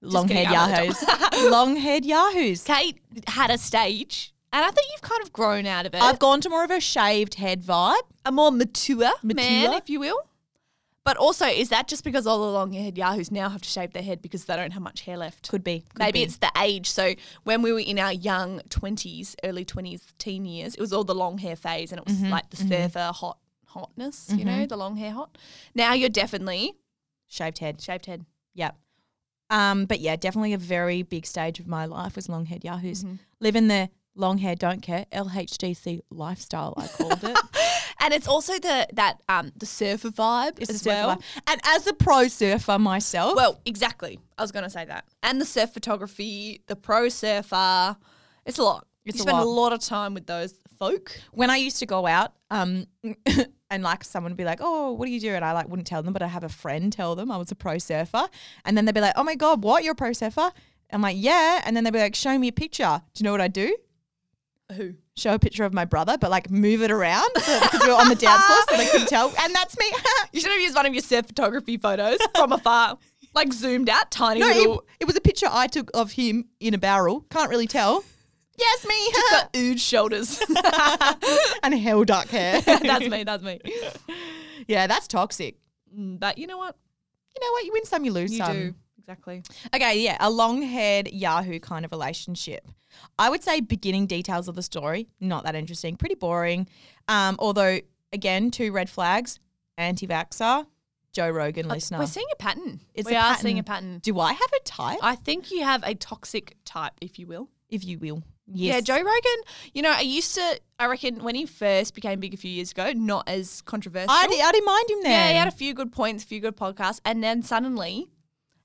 B: long haired
A: kidding, I'm not a *laughs*
B: Yahoos. long haired Yahoos.
A: Kate had a stage, and I think you've kind of grown out of it.
B: I've gone to more of a shaved head vibe.
A: a more mature, man,
B: Mature?
A: if you will. But also, is that just because all the long-haired yahoos now have to shave their head because they don't have much hair left?
B: Could be. could
A: Maybe
B: be.
A: it's the age. So when we were in our young twenties, early twenties, teen years, it was all the long hair phase, and it was
B: Mm-hmm,
A: like the surfer hot hotness. You know, the long hair hot. Now you're definitely
B: shaved head.
A: shaved head.
B: Yep. Um, but yeah, definitely a very big stage of my life was long haired Yahoos.
A: Mm-hmm.
B: Living the long hair, don't care, LHDC lifestyle, I called it.
A: And it's also the that um the surfer vibe
B: It's
A: as
B: a surfer
A: well.
B: life. And as a pro surfer myself,
A: Well, exactly. I was going to say that. And the surf photography, the pro surfer, it's a lot.
B: It's
A: you
B: a
A: spend a
B: lot.
A: lot of time with those folk.
B: when I used to go out, um, *laughs* and like someone would be like, "Oh, what do you do?" and I like wouldn't tell them, but I have a friend tell them I was a pro surfer, and then they'd be like, "Oh my god, what? You're a pro surfer?" I'm like, "Yeah," and then they'd be like, "Show me a picture." Do you know what I do?
A: Who?
B: Show a picture of my brother, but like move it around because we were on the dance floor, so they
A: *laughs*
B: couldn't tell. And that's me. *laughs*
A: You should have used one of your surf photography photos from *laughs* afar, like zoomed out, tiny
B: no,
A: little.
B: it, it was a picture I took of him in a barrel. Can't
A: *laughs*
B: really tell. *laughs* Yes, me. *laughs*
A: got ood shoulders. *laughs*
B: and hell dark hair. *laughs*
A: that's me. That's me.
B: yeah, that's toxic.
A: Mm, But you know what?
B: you know what? You win some, you lose
A: You
B: some.
A: do exactly.
B: Okay, yeah, a long haired Yahoo kind of relationship. I would say beginning details of the story, not that interesting, pretty boring. Um, although, again, two red flags anti vaxxer, Joe Rogan listener.
A: We're seeing Uh, a pattern.
B: It's
A: we
B: a
A: are
B: pattern.
A: seeing a pattern.
B: Do I have a type?
A: I think you have a toxic type, if you will.
B: if you will.
A: Yeah,
B: Yes.
A: Joe Rogan, you know, I used to, I reckon when he first became big a few years ago, not as controversial.
B: I, di- I didn't mind him then.
A: yeah, he had a few good points, a few good podcasts, and then suddenly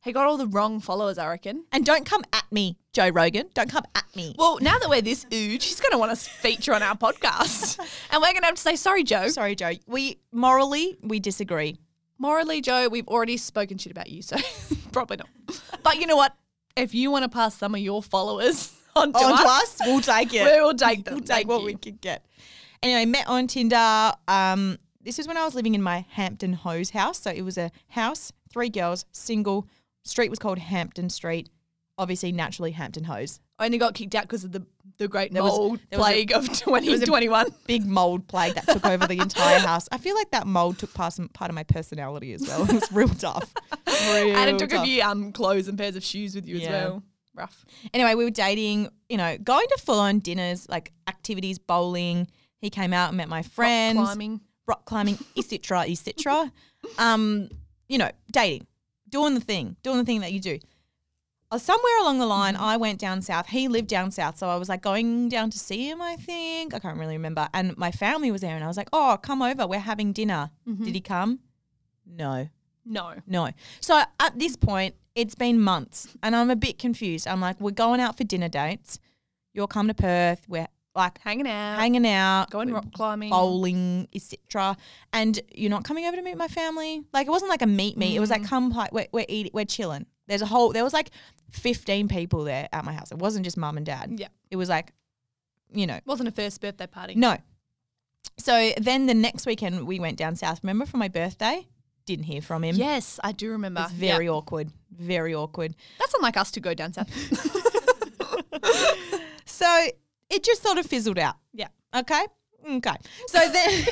A: he got all the wrong followers, I reckon.
B: and don't come at me, Joe Rogan. Don't come at me.
A: Well, now that we're this ooge, he's going to want us feature on our
B: *laughs*
A: podcast. and we're going to have to say, sorry, Joe.
B: Sorry, Joe. We morally we disagree.
A: Morally, Joe, we've already spoken shit about you, so *laughs* probably not. But you know what? If you want to pass some of your followers *laughs* on to
B: On
A: us,
B: to us, we'll
A: *laughs*
B: take it.
A: we will
B: *laughs*
A: take them.
B: we'll take
A: Thank
B: what
A: you.
B: we could get. Anyway, met on Tinder. Um, this was when I was living in my Hampton Hose house. So it was a house, three girls, single. Street was called Hampton Street. Obviously, naturally Hampton Hose.
A: only got kicked out because of the, the great
B: was-
A: mold
B: *laughs* there was a-
A: plague of 2021.
B: Big mold plague that took over the entire house. I feel like that mold took part of, part of my personality as well. *laughs* It was real tough. *laughs* Real
A: and it took
B: tough.
A: a few um, clothes and pairs of shoes with you as
B: Yeah.
A: well. Rough.
B: anyway, we were dating, you know, going to full on dinners, like activities, bowling. He came out and met my friends,
A: Climbing.
B: rock climbing, etc., etc. um, you know, dating, doing the thing, doing the thing that you do. Uh, Somewhere along the line, I went down south. He lived down south, so I was like going down to see him. I think I can't really remember. And my family was there, and I was like, "Oh, come over. We're having dinner." Did he come? No.
A: No.
B: No. So at this point, it's been months and I'm a bit confused. I'm like, we're going out for dinner dates. You're coming to Perth. We're like
A: Hanging out.
B: hanging out,
A: Uh, going rock climbing.
B: bowling, etc. And you're not coming over to meet my family. Like it wasn't like a meet me. It was like
A: Mm.
B: come like we're we're eating, we're chilling. There's a whole there was like 15 people there at my house. It wasn't just mum and dad.
A: Yeah.
B: It was like, you know,
A: Wasn't a first birthday party.
B: no. So then the next weekend we went down south. Remember for my birthday? Didn't hear from him.
A: Yes, I do remember.
B: It's very
A: Yeah.
B: awkward. Very awkward.
A: That's unlike us to go down south.
B: So it just sort of fizzled out.
A: yeah.
B: Okay. Okay. So then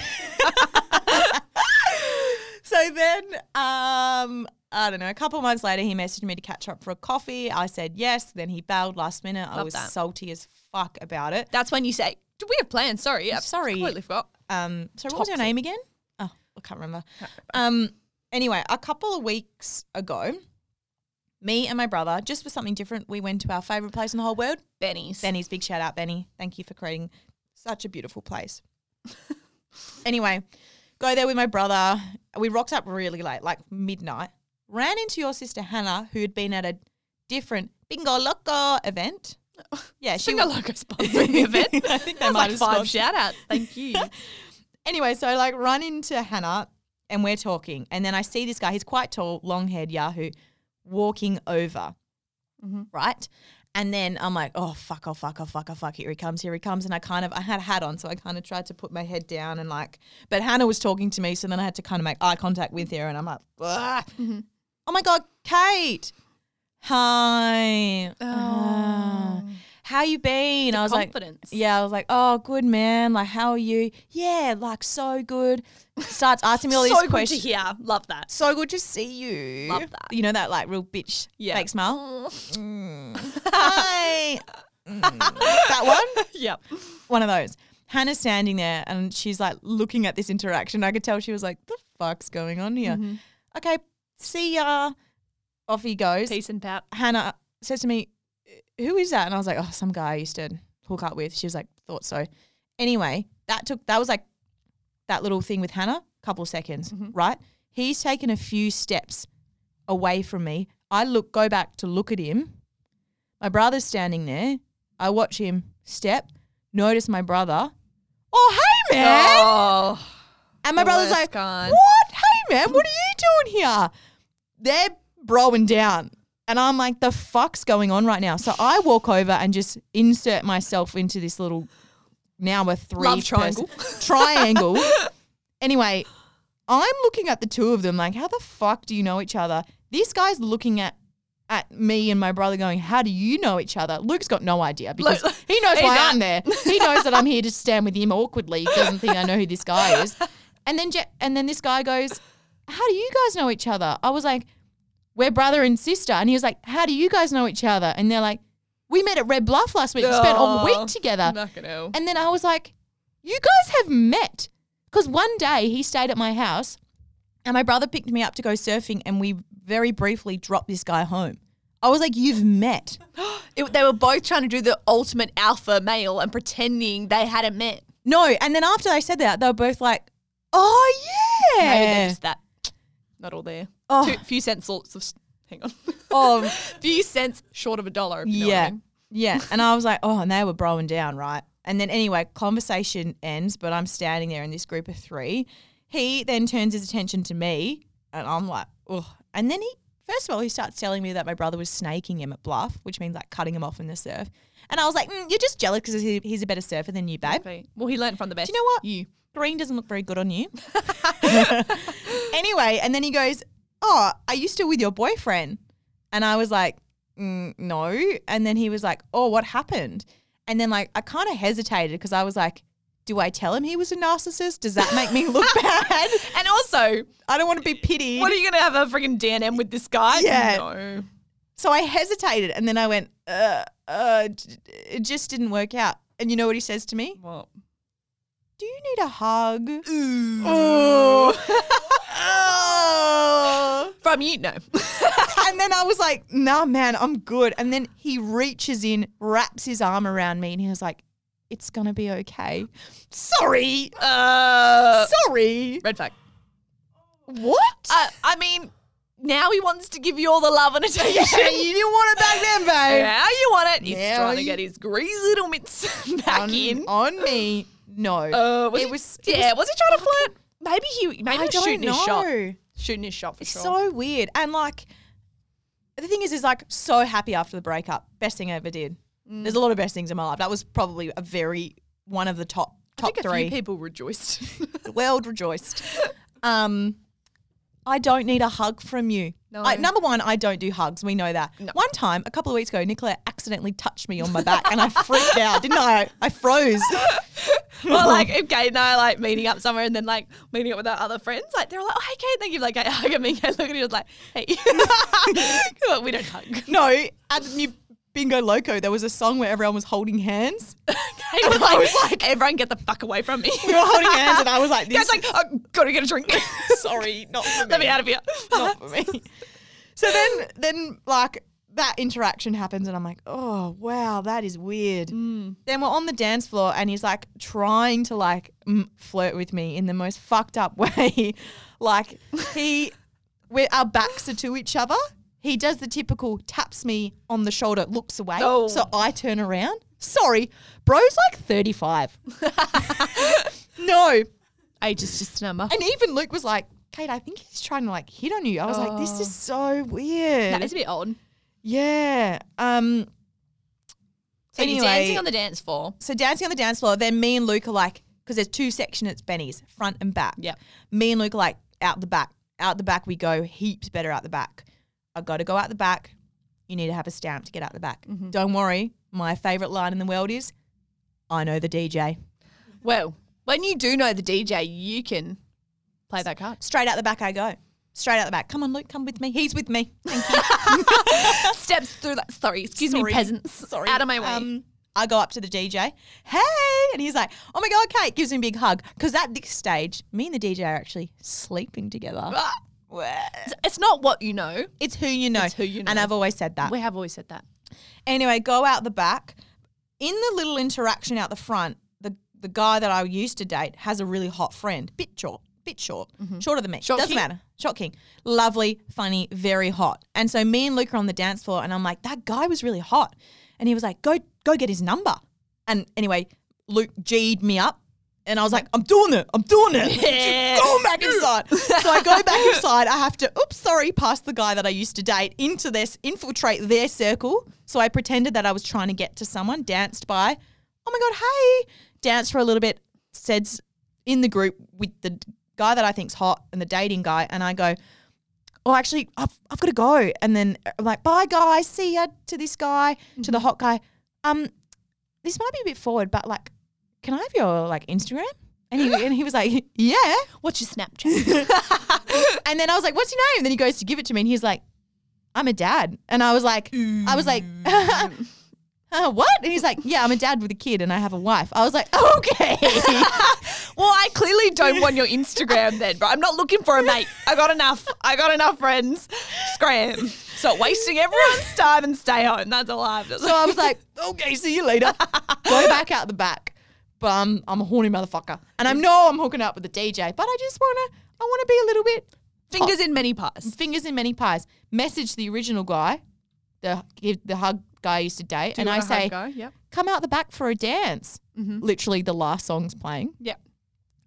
B: *laughs* So then um I don't know, a couple months later he messaged me to catch up for a coffee. I said yes, then he bailed last minute. I
A: Love
B: was
A: that.
B: salty as fuck about it.
A: That's when you say, do we have plans? Sorry. i
B: Sorry.
A: Completely forgot.
B: Um so what was your
A: Toxic.
B: name again? Oh, I can't remember. Um anyway, a couple of weeks ago, me and my brother, just for something different, we went to our favourite place in the whole world,
A: Benny's.
B: Benny's big shout out, Benny. Thank you for creating such a beautiful place. *laughs* anyway, go there with my brother. We rocked up really late, like midnight. Ran into your sister Hannah, who had been at a different bingo loco event. Yeah, she
A: She got
B: was-
A: logo sponsoring *laughs* the event.
B: I think they
A: That was
B: might
A: like
B: have
A: five
B: sponsored.
A: shout outs. Thank *laughs* you.
B: Anyway, so I, like run into Hannah and we're talking, and then I see this guy. He's quite tall, long haired Yahoo, walking over, right? And then I'm like, oh fuck, oh fuck, oh fuck, oh fuck, here he comes, here he comes. And I kind of, I had a hat on, so I kind of tried to put my head down and like, but Hannah was talking to me, so then I had to kind of make eye contact with her, and I'm like, "Ugh." oh my god, Kate, hi, Ah. how you been? I was like,
A: Confidence.
B: yeah, I was like, oh, good man. Like, how are you? Yeah, like, so good. Starts asking *laughs* me all
A: so
B: these
A: good
B: questions.
A: to hear. Love that.
B: So good to see you.
A: Love that.
B: You know, that like real bitch
A: Yeah.
B: fake smile. *laughs* Hi. Mm. That one?
A: *laughs* yep.
B: One of those. Hannah's standing there and she's like looking at this interaction. I could tell she was like, the fuck's going on here? Okay, see ya. Off he goes.
A: Peace and pout.
B: Hannah says to me, "Who is that?" And I was like, "Oh, some guy I used to hook up with." She was like, "Thought so." Anyway, that took that was like that little thing with Hannah, couple seconds,
A: Mm-hmm.
B: right? He's taken a few steps away from me. I look, go back to look at him. My brother's standing there. I watch him step, notice my brother. Oh, hey man!
A: Oh,
B: and my
A: the
B: brother's
A: worst
B: like,
A: kind.
B: "What? Hey man, what are you doing here?" They're broing down, and I'm like, "The fuck's going on right now?" So I walk over and just insert myself into this little now a three
A: Love triangle.
B: person- *laughs* triangle. Anyway, I'm looking at the two of them like, "How the fuck do you know each other?" This guy's looking at. At me and my brother going, how do you know each other? Luke's got no idea because
A: Luke-
B: he knows
A: He's
B: why
A: out.
B: I'm there. He knows that I'm here to stand with him awkwardly. He doesn't think I know who this guy is. And then Je- and then this guy goes, "How do you guys know each other?" I was like, "We're brother and sister." And he was like, "How do you guys know each other?" And they're like, "We met at Red Bluff last week. We spent all
A: Oh.
B: week together."
A: Fucking hell.
B: And then I was like, "You guys have met." Because one day he stayed at my house And my brother picked me up to go surfing, and we very briefly dropped this guy home. I was like, "You've met."
A: It, they were both trying to do the ultimate alpha male and pretending they hadn't met.
B: No, and then after I said that, they were both like, "Oh yeah."
A: Maybe they're just that not all there.
B: Oh.
A: Too, few cents sorts of. Hang *laughs* on.
B: Oh.
A: few cents short of a dollar. If you know what I
B: yeah.
A: mean.
B: Yeah. And I was like, "Oh," and they were broing down, right? And then anyway, conversation ends, but I'm standing there in this group of three. He then turns his attention to me, and I'm like, "Oh." And then he, first of all, he starts telling me that my brother was snaking him at bluff, which means like cutting him off in the surf. And I was like, mm, "You're just jealous because he, he's a better surfer than you, babe."
A: Okay. Well, he learned from the best.
B: you know what?
A: You.
B: green doesn't look very good on you. *laughs* anyway, and then he goes, Oh, are you still with your boyfriend? And I was like, mm, No. And then he was like, Oh, what happened? And then, like, I kind of hesitated because I was like, Do I tell him he was a narcissist? Does that make
A: *laughs*
B: me look bad?
A: And also,
B: I don't want to be pitied.
A: what are you going to have a freaking DNM with this guy?
B: Yeah.
A: No.
B: so I hesitated and then I went, uh, uh, j- It just didn't work out. And you know what he says to me?
A: Well.
B: Do you need a hug?
A: *laughs*
B: *laughs* Oh.
A: From you? No. *laughs*
B: and then I was like, nah, man, I'm good. And then he reaches in, wraps his arm around me, and he was like, it's going to be okay. Sorry.
A: *laughs* uh,
B: Sorry.
A: red flag.
B: What?
A: Uh, I mean, now he wants to give you all the love and attention. *laughs*
B: yeah, *laughs* you didn't want it back then, babe.
A: Now you want it. He's
B: Now
A: trying to
B: you-
A: get his greasy little mitts *laughs* back
B: On,
A: in.
B: on me, no.
A: Uh, was
B: it
A: he-
B: was- it
A: yeah. was he trying to flirt? Maybe he. Maybe
B: I
A: he was
B: don't
A: shooting
B: know.
A: his shot. Shooting his shot for
B: It's
A: sure.
B: so weird. And like, the thing is, is like so happy after the breakup. Best thing I ever did.
A: Mm.
B: There's a lot of best things in my life. That was probably a very, one of the top,
A: I
B: top
A: think
B: three.
A: a few people rejoiced. *laughs*
B: The world rejoiced. Um, I don't need a hug from you.
A: No.
B: I, number one, I don't do hugs. We know that.
A: No.
B: One time, a couple of weeks ago, Nicola accidentally touched me on my back and I freaked out, didn't I? I froze.
A: well, like if Kate and I are like meeting up somewhere and then like meeting up with our other friends, like they're all like, "Oh, hey, Kate," they give like *laughs* a hug at me. I look at you like, "Hey, *laughs* Well, we don't hug."
B: No, at the new Bingo Loco, there was a song where everyone was holding hands.
A: *laughs*
B: We
A: Kate was like, "Everyone, get the fuck away from me."
B: were holding hands and I
A: *laughs*
B: was like, this
A: Kate's like, "I gotta get a *laughs* drink.
B: sorry, not for me.
A: Let me out of *laughs* here."
B: *laughs* not for me. So then, then like that interaction happens, and I'm like, oh wow, that is weird. Then we're on the dance floor, and he's like trying to like m- flirt with me in the most fucked up *laughs* way. like he, where our backs are to each other. He does the typical taps me on the shoulder, looks away,
A: Oh.
B: so I turn around. Sorry, bro's like 35. *laughs* no,
A: Age is just a number.
B: and even Luke was like, Kate, I think he's trying to like hit on you. I was like, this
A: Oh.
B: is so weird.
A: That is a bit old.
B: yeah. Um.
A: So anyway,
B: Anyway.
A: you're dancing on the dance floor.
B: So dancing on the dance floor, then me and Luke are like, because there's two sections, it's Benny's front and back.
A: Yep.
B: Me and Luke are like out the back. Out the back we go. Heaps better out the back. I got to go out the back. You need to have a stamp to get out the back.
A: Mm-hmm.
B: Don't worry. My favorite line in the world is, "I know the DJ."
A: Well, when you do know the DJ, you can play that card.
B: Straight out the back I go. Straight out the back. Come on, Luke. Come with me. He's with me.
A: *laughs* Steps through that. Sorry, excuse
B: Sorry.
A: me, peasants. Sorry, out of my way.
B: Um, I go up to the DJ, hey, and he's like, oh my God, Kate, gives me a big hug. Because at this stage, me and the DJ are actually sleeping together.
A: Ah. It's- it's not what you know.
B: It's who you know.
A: It's who you
B: And
A: know.
B: I've always said that.
A: We have always said that.
B: Anyway, go out the back. In the little interaction out the front, the, the guy that I used to date has a really hot friend. Bit short, bit short, shorter than me.
A: Mm-hmm. Short
B: Doesn't
A: king.
B: matter. Short king. Lovely, funny, very hot. And so me and Luke are on the dance floor, and I'm like, that guy was really hot. And he was like, go go get his number. And anyway, Luke G'd me up. And I was like, I'm doing it. I'm doing it.
A: Yeah.
B: *laughs* Go back inside. So I go *laughs* back inside. I have to, oops, sorry, pass the guy that I used to date into this, infiltrate their circle. So I pretended that I was trying to get to someone, danced by, oh my God, hey. Danced for a little bit, said s- in the group with the d- guy that I think's hot and the dating guy. And I go, oh, actually, I've, I've got to go. And then I'm like, bye, guys. See ya to this guy, to the hot guy. Um, this might be a bit forward, but like, can I have your like Instagram? And he, and he was like, yeah.
A: What's your *laughs* Snapchat?
B: And then I was like, what's your name? And then he goes to give it to me and he's like, I'm a dad. And I was like, I was like, *laughs* uh, what? And he's like, yeah, I'm a dad with a kid and I have a wife. I was like, *laughs* okay.
A: Well, I clearly don't want your Instagram then, bro. I'm not looking for a mate. I got enough. I got enough friends. Scram. Stop wasting everyone's time and stay home. That's all I have to say.
B: so I was like, okay, see you later. Go back out the back. But I'm, I'm a horny motherfucker. And I know I'm hooking up with a DJ, but I just want to, I want to be a little bit
A: fingers in many pies.
B: fingers in many pies. Message the original guy, the the hug guy I used to date, and I say,
A: yep,
B: "Come out the back for a dance."
A: Mm-hmm.
B: Literally, the last song's playing,
A: yep.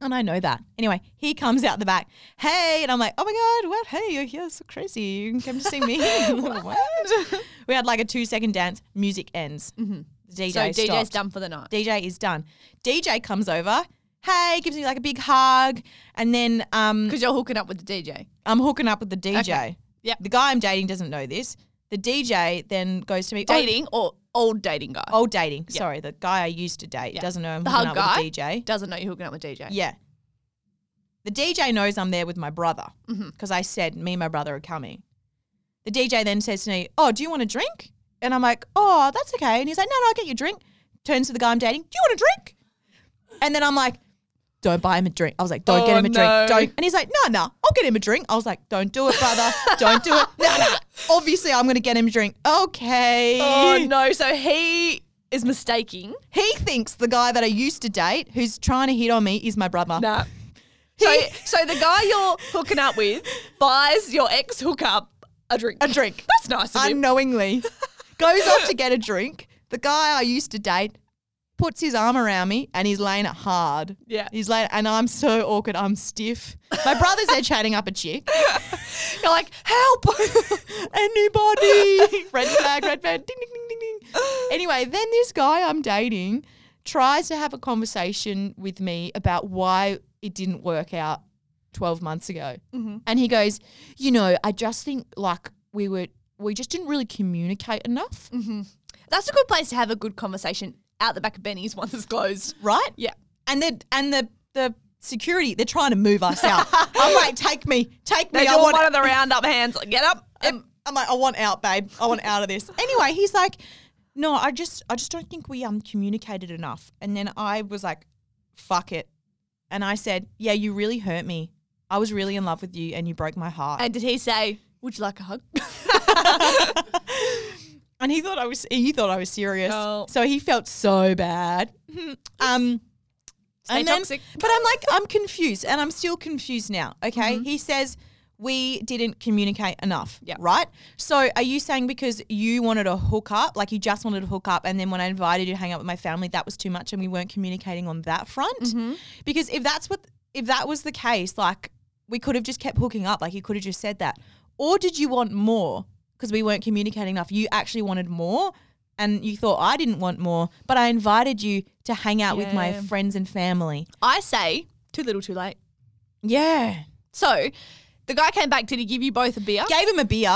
B: and I know that. Anyway, he comes out the back, hey, and I'm like, "Oh my god, what? Hey, you're here, so crazy! You can come to see me." *laughs*
A: *laughs*
B: What? we had like a two second dance. Music ends. The DJ
A: Mm-hmm. So DJ's
B: stopped.
A: done for the night.
B: DJ is done. DJ comes over. Hey, gives me like a big hug, and then um,
A: Because you're hooking up with the DJ.
B: I'm hooking up with the DJ.
A: Yep.
B: The guy I'm dating doesn't know this. The DJ then goes to me. oh,
A: Dating or old dating guy.
B: Old dating. Sorry, the guy I used to date
A: Yeah.
B: doesn't know I'm
A: The
B: hooking
A: hug
B: up
A: guy?
B: with a DJ.
A: Doesn't know you're hooking up with DJ.
B: Yeah. The DJ knows I'm there with my brother
A: Mm-hmm.
B: because I said me and my brother are coming. The DJ then says to me, "Oh, do you want a drink?" And I'm like, "Oh, that's okay." And he's like, "No, no, I'll get you a drink." Turns to the guy I'm dating, "Do you want a drink?" And then I'm like, "Don't buy him a drink." I was like, "Don't get
A: Oh,
B: him a
A: no.
B: drink." Don't. And he's like, "No, no, I'll get him a drink." I was like, "Don't do it, brother. Don't do
A: *laughs*
B: it. No, no. Obviously, I'm gonna get him a drink." Okay.
A: Oh no. So he is mistaking.
B: He thinks the guy that I used to date, who's trying to hit on me, is my brother.
A: No. So, so the guy you're hooking up with buys your ex hookup a drink.
B: A drink.
A: That's nice of him.
B: unknowingly goes off to get a drink. The guy I used to date puts his arm around me and he's laying it hard.
A: Yeah.
B: He's laying, and I'm so awkward. I'm stiff. My brother's there chatting up a chick.
A: You're like, help.
B: *laughs* Anybody? red flag, red flag. Ding, ding, ding, ding, ding. Anyway, then this guy I'm dating tries to have a conversation with me about why it didn't work out 12 months ago. And he goes, You know, I just think like we were, we just didn't really communicate enough.
A: That's a good place to have a good conversation out the back of Benny's once it's closed.
B: right?
A: Yeah.
B: And the and the the security, they're trying to move
A: *laughs*
B: us out. I'm like, take me, take
A: Now
B: me. I
A: you're
B: want,
A: one of the round up hands. Like, get up.
B: I'm, I'm like, I want out, babe. I want out of this. Anyway, he's like, no, I just I just don't think we um communicated enough. And then I was like, fuck it, and I said, yeah, you really hurt me. I was really in love with you, and you broke my heart.
A: And did he say, would you like a hug? *laughs*
B: And he thought I was he thought I was serious.
A: Oh.
B: So he felt
A: *laughs*
B: so bad. um
A: Stay
B: and then-
A: toxic.
B: but I'm like I'm confused and I'm still confused now, okay? He says we didn't communicate enough,
A: Yep.
B: right? So are you saying because you wanted to hook up, like you just wanted to hook up and then when I invited you to hang out with my family that was too much and we weren't communicating on that front? Because if that's what if that was the case, like we could have just kept hooking up, like you could have just said that. Or did you want more? Because we weren't communicating enough. You actually wanted more and you thought I didn't want more, but I invited you to hang out with my
A: Yeah.
B: friends and family.
A: I say, too little, too late.
B: Yeah.
A: So the guy came back. Did he give you both a beer?
B: Gave him a *laughs* beer.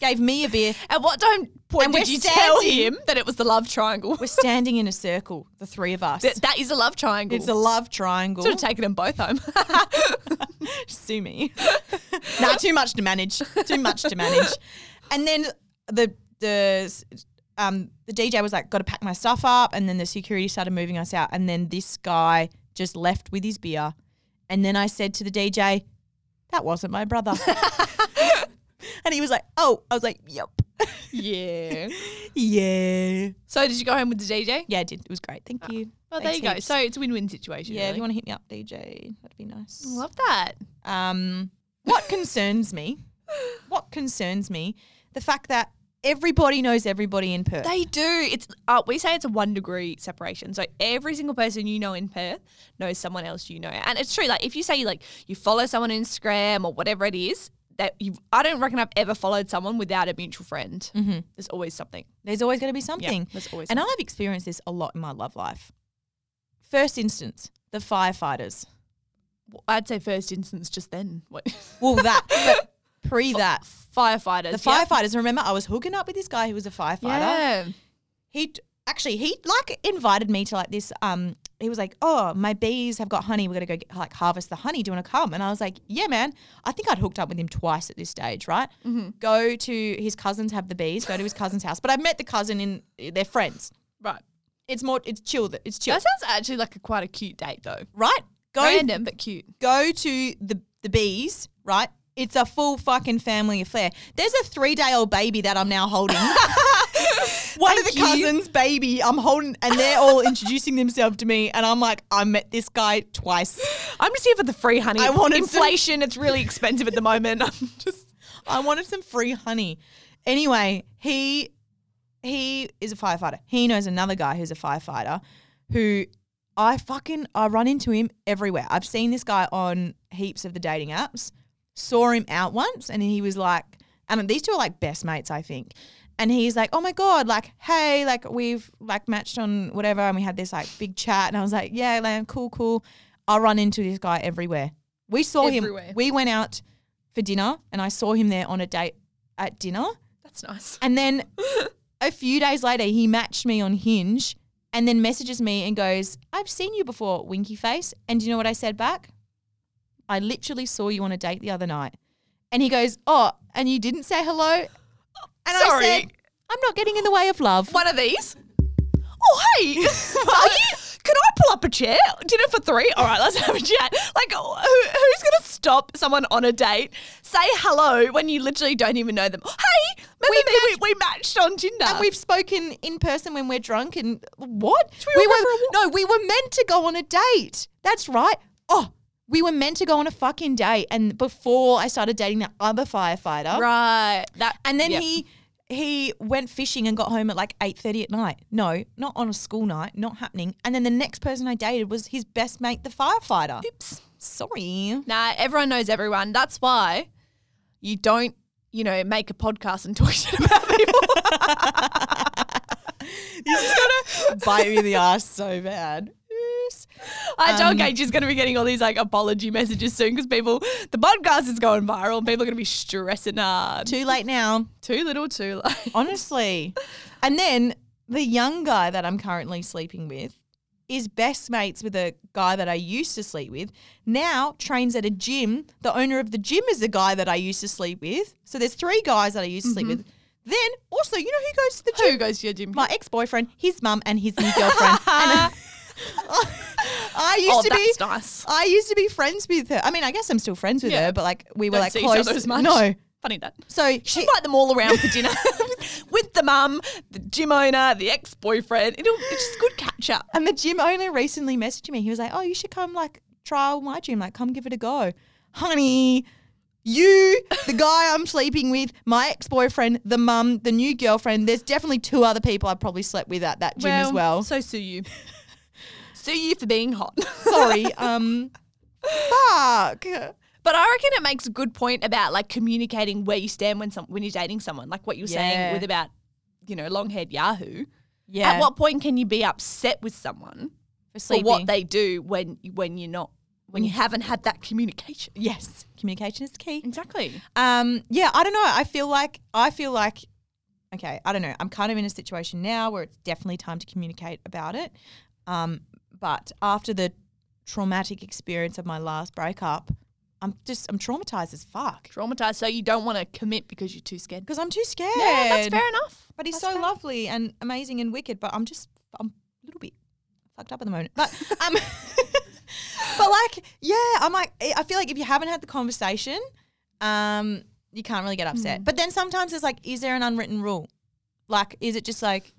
B: gave me a beer.
A: At what time point
B: And
A: did
B: we're
A: you tell
B: standing.
A: him that it was the love triangle?
B: We're standing in a circle, the three of us.
A: That, that is a love triangle.
B: it's a love triangle.
A: Should have taken them both home. *laughs*
B: Sue me. *laughs* nah, too much to manage. Too much to manage. And then the the um the DJ was like, "Got to pack my stuff up." And then the security started moving us out. And then this guy just left with his beer. And then I said to the DJ, "That wasn't my brother." *laughs* and he was like, "Oh," I was like, "Yep,
A: yeah.
B: yeah,
A: So did you go home with the DJ?
B: yeah." I did. It was great. Thank you.
A: Ah. Well,
B: Thanks
A: there you
B: heaps.
A: go. So it's a win-win situation.
B: yeah, if
A: really.
B: you want to hit me up, DJ, that'd be nice.
A: Love that.
B: Um, what concerns me? What concerns me? The fact that everybody knows everybody in Perth.
A: They do. It's uh, we say it's a one degree separation. So every single person you know in Perth knows someone else you know, and it's true. Like if you say like you follow someone on Instagram or whatever it is, that you I don't reckon I've ever followed someone without a mutual friend. Mm-hmm. There's always something.
B: There's always going to be something.
A: there's always
B: and I've experienced this a lot in my love life. First instance, the firefighters.
A: I'd say first instance just then. What- *laughs*
B: Well, that, but pre that.
A: firefighters.
B: The
A: yeah.
B: firefighters, remember, I was hooking up with this guy who was a firefighter.
A: Yeah.
B: He actually, he like invited me to like this, um, he was like, "Oh, my bees have got honey. We're gonna go get, like harvest the honey. Do you want to come?" And I was like, "Yeah, man." I think I'd hooked up with him twice at this stage, right? Go to his cousins, have the bees. Go to his cousin's house, but I met the cousin in they're friends.
A: Right.
B: It's more, it's chill. that- It's chill,
A: That sounds actually like a quite a cute date though.
B: right? Go
A: Random but cute.
B: go to the the bees, right? It's a full fucking family affair. There's a three day old baby that I'm now
A: *laughs*
B: holding. One of the
A: Thank you.
B: cousins' baby, I'm holding, and they're all introducing themselves to me, and I'm like, I met this guy twice.
A: I'm just here for the free honey.
B: I wanted some-
A: inflation. It's really expensive at the moment. *laughs* I'm just
B: I wanted some free honey. Anyway, he he is a firefighter. He knows another guy who's a firefighter who I fucking I run into him everywhere. I've seen this guy on heaps of the dating apps. Saw him out once and he was like and these two are like best mates, I think. And he's like, "Oh my god, like hey, like we've like matched on whatever and we had this like big chat." And I was like, "Yeah, like cool, cool." I run into this guy everywhere. We saw
A: Everywhere.
B: him. We went out for dinner and I saw him there on a date at dinner.
A: that's nice.
B: And then a few days later, he matched me on Hinge and then messages me and goes, I've seen you before, winky face. And do you know what I said back? I literally saw you on a date the other night. And he goes, Oh, and you didn't say hello? And I
A: Sorry.
B: said, I'm not getting in the way of love.
A: One of these. Oh hey, are you? Can I pull up a chair? Dinner for three. All right, let's have a chat. Like, who, who's gonna stop someone on a date? Say hello when you literally don't even know them. Hey, remember we me? we, we matched on Tinder.
B: And we've spoken in person when we're drunk and what?
A: we all
B: were
A: go for a walk?
B: no, we were meant to go on a date. That's right. Oh, we were meant to go on a fucking date and before I started dating that other firefighter.
A: right that,
B: And then
A: Yep.
B: he he went fishing and got home at like 8:30 at night. No, not on a school night, not happening. And then the next person I dated was his best mate, the firefighter.
A: Oops.
B: Sorry.
A: Nah, everyone knows everyone. That's why you don't, you know, make a podcast and *laughs* talk shit about people.
B: He's just gonna *laughs* bite me in the ass so bad. Yes.
A: I
B: Um,
A: um, Gage is going to be getting all these like apology messages soon because people, the podcast is going viral and people are going to be stressing hard. Too,
B: Too late now.
A: little, too *laughs* late.
B: Honestly. and then the young guy that I'm currently sleeping with is best mates with a guy that I used to sleep with. Now trains at a gym. The owner of the gym is the guy that I used to sleep with. So there's three guys that I used to sleep with.
A: Mm-hmm.
B: Then also, you know who goes to the
A: *laughs*
B: gym?
A: Who goes to your gym?
B: My ex boyfriend, his mum, and his new
A: *laughs*
B: girlfriend. and I used
A: oh,
B: to be
A: that's nice.
B: I used to be friends with her. I mean, I guess I'm still friends with
A: Yeah.
B: her, but like we were
A: Don't
B: like
A: see each
B: close.
A: other as much.
B: No,
A: Funny that.
B: so
A: *laughs* Should
B: he-
A: invite them all around for dinner *laughs* with the mum, the gym owner, the ex boyfriend. It'll It's just good catch up.
B: And the gym owner recently messaged me. He was like, "Oh, you should come like trial my gym. Like, come give it a go, honey." You, the guy I'm sleeping with, my ex boyfriend, the mum, the new girlfriend. There's definitely two other people I probably slept with at that gym as well.
A: So sue *laughs* you. sue you for being hot.
B: *laughs* Sorry, um, fuck.
A: *laughs* But I reckon it makes a good point about like communicating where you stand when some when you're dating someone, like what you were
B: Yeah.
A: saying with about you know long haired Yahoo.
B: Yeah,
A: At what point can you be upset with someone
B: for
A: for what they do when when you're not when you haven't had that communication?
B: yes, communication is key.
A: Exactly.
B: Um, yeah, I don't know. I feel like I feel like okay, I don't know. I'm kind of in a situation now where it's definitely time to communicate about it. Um, but after the traumatic experience of my last breakup, I'm just I'm traumatized as fuck
A: Traumatized, so you don't want to commit because you're too scared.
B: because I'm too scared.
A: Yeah, that's fair enough.
B: But he's
A: That's
B: so
A: fair.
B: lovely and amazing and wicked. But I'm just I'm a little bit fucked up at the moment. But
A: *laughs*
B: um, *laughs* but like yeah, I'm like I feel like if you haven't had the conversation, um, you can't really get upset.
A: Hmm.
B: But then sometimes it's like, is there an unwritten rule? Like, is it just like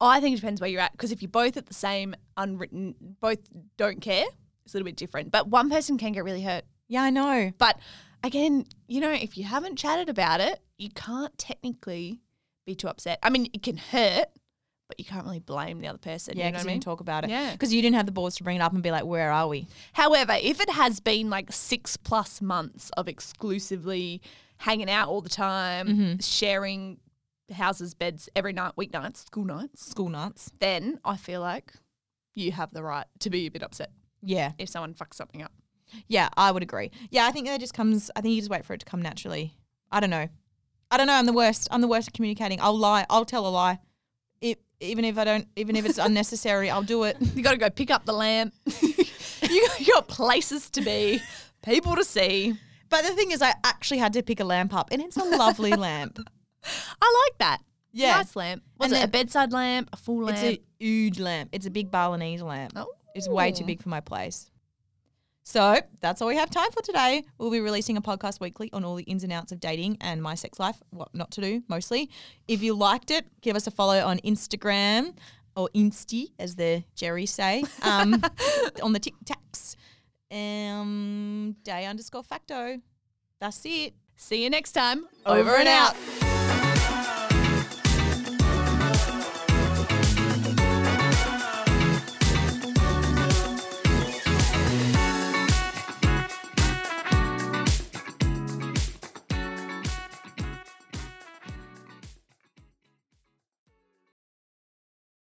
A: I think it depends where you're at because if you're both at the same unwritten, both don't care, it's a little bit different. But one person can get really hurt.
B: yeah, I know.
A: But again, you know, if you haven't chatted about it, you can't technically be too upset. I mean, it can hurt, but you can't really blame the other person.
B: Yeah,
A: you know
B: because
A: what
B: you
A: I mean?
B: didn't talk about it.
A: Yeah.
B: because you didn't have the balls to bring it up and be like, where are we?
A: However, if it has been like six plus months of exclusively hanging out all the time, sharing houses, beds every night, weeknights, school nights,
B: School nuts.
A: then I feel like you have the right to be a bit upset
B: Yeah,
A: if someone fucks something up.
B: Yeah, I would agree. Yeah, I think that just comes. I think you just wait for it to come naturally. I don't know. I don't know. I'm the worst. I'm the worst at communicating. I'll lie. I'll tell a lie. If even if I don't, even if it's unnecessary, I'll do it.
A: You got to go pick up the lamp. *laughs* you you got places to be, people to see.
B: But the thing is, I actually had to pick a lamp up, and it's a lovely lamp.
A: I like that.
B: Yeah.
A: Nice lamp. Was
B: And
A: it a
B: then-
A: bedside lamp, a full
B: It's
A: lamp?
B: a huge lamp. It's a big Balinese lamp.
A: Oh.
B: It's way too big for my place. So that's all we have time for today. We'll be releasing a podcast weekly on all the ins and outs of dating and my sex life, what not to do mostly. If you liked it, give us a follow on Instagram or Insty, as the Jerry say, um, on the Tic Tacs. Um, day underscore facto. That's it.
A: Oh. See you next time.
B: Over and out.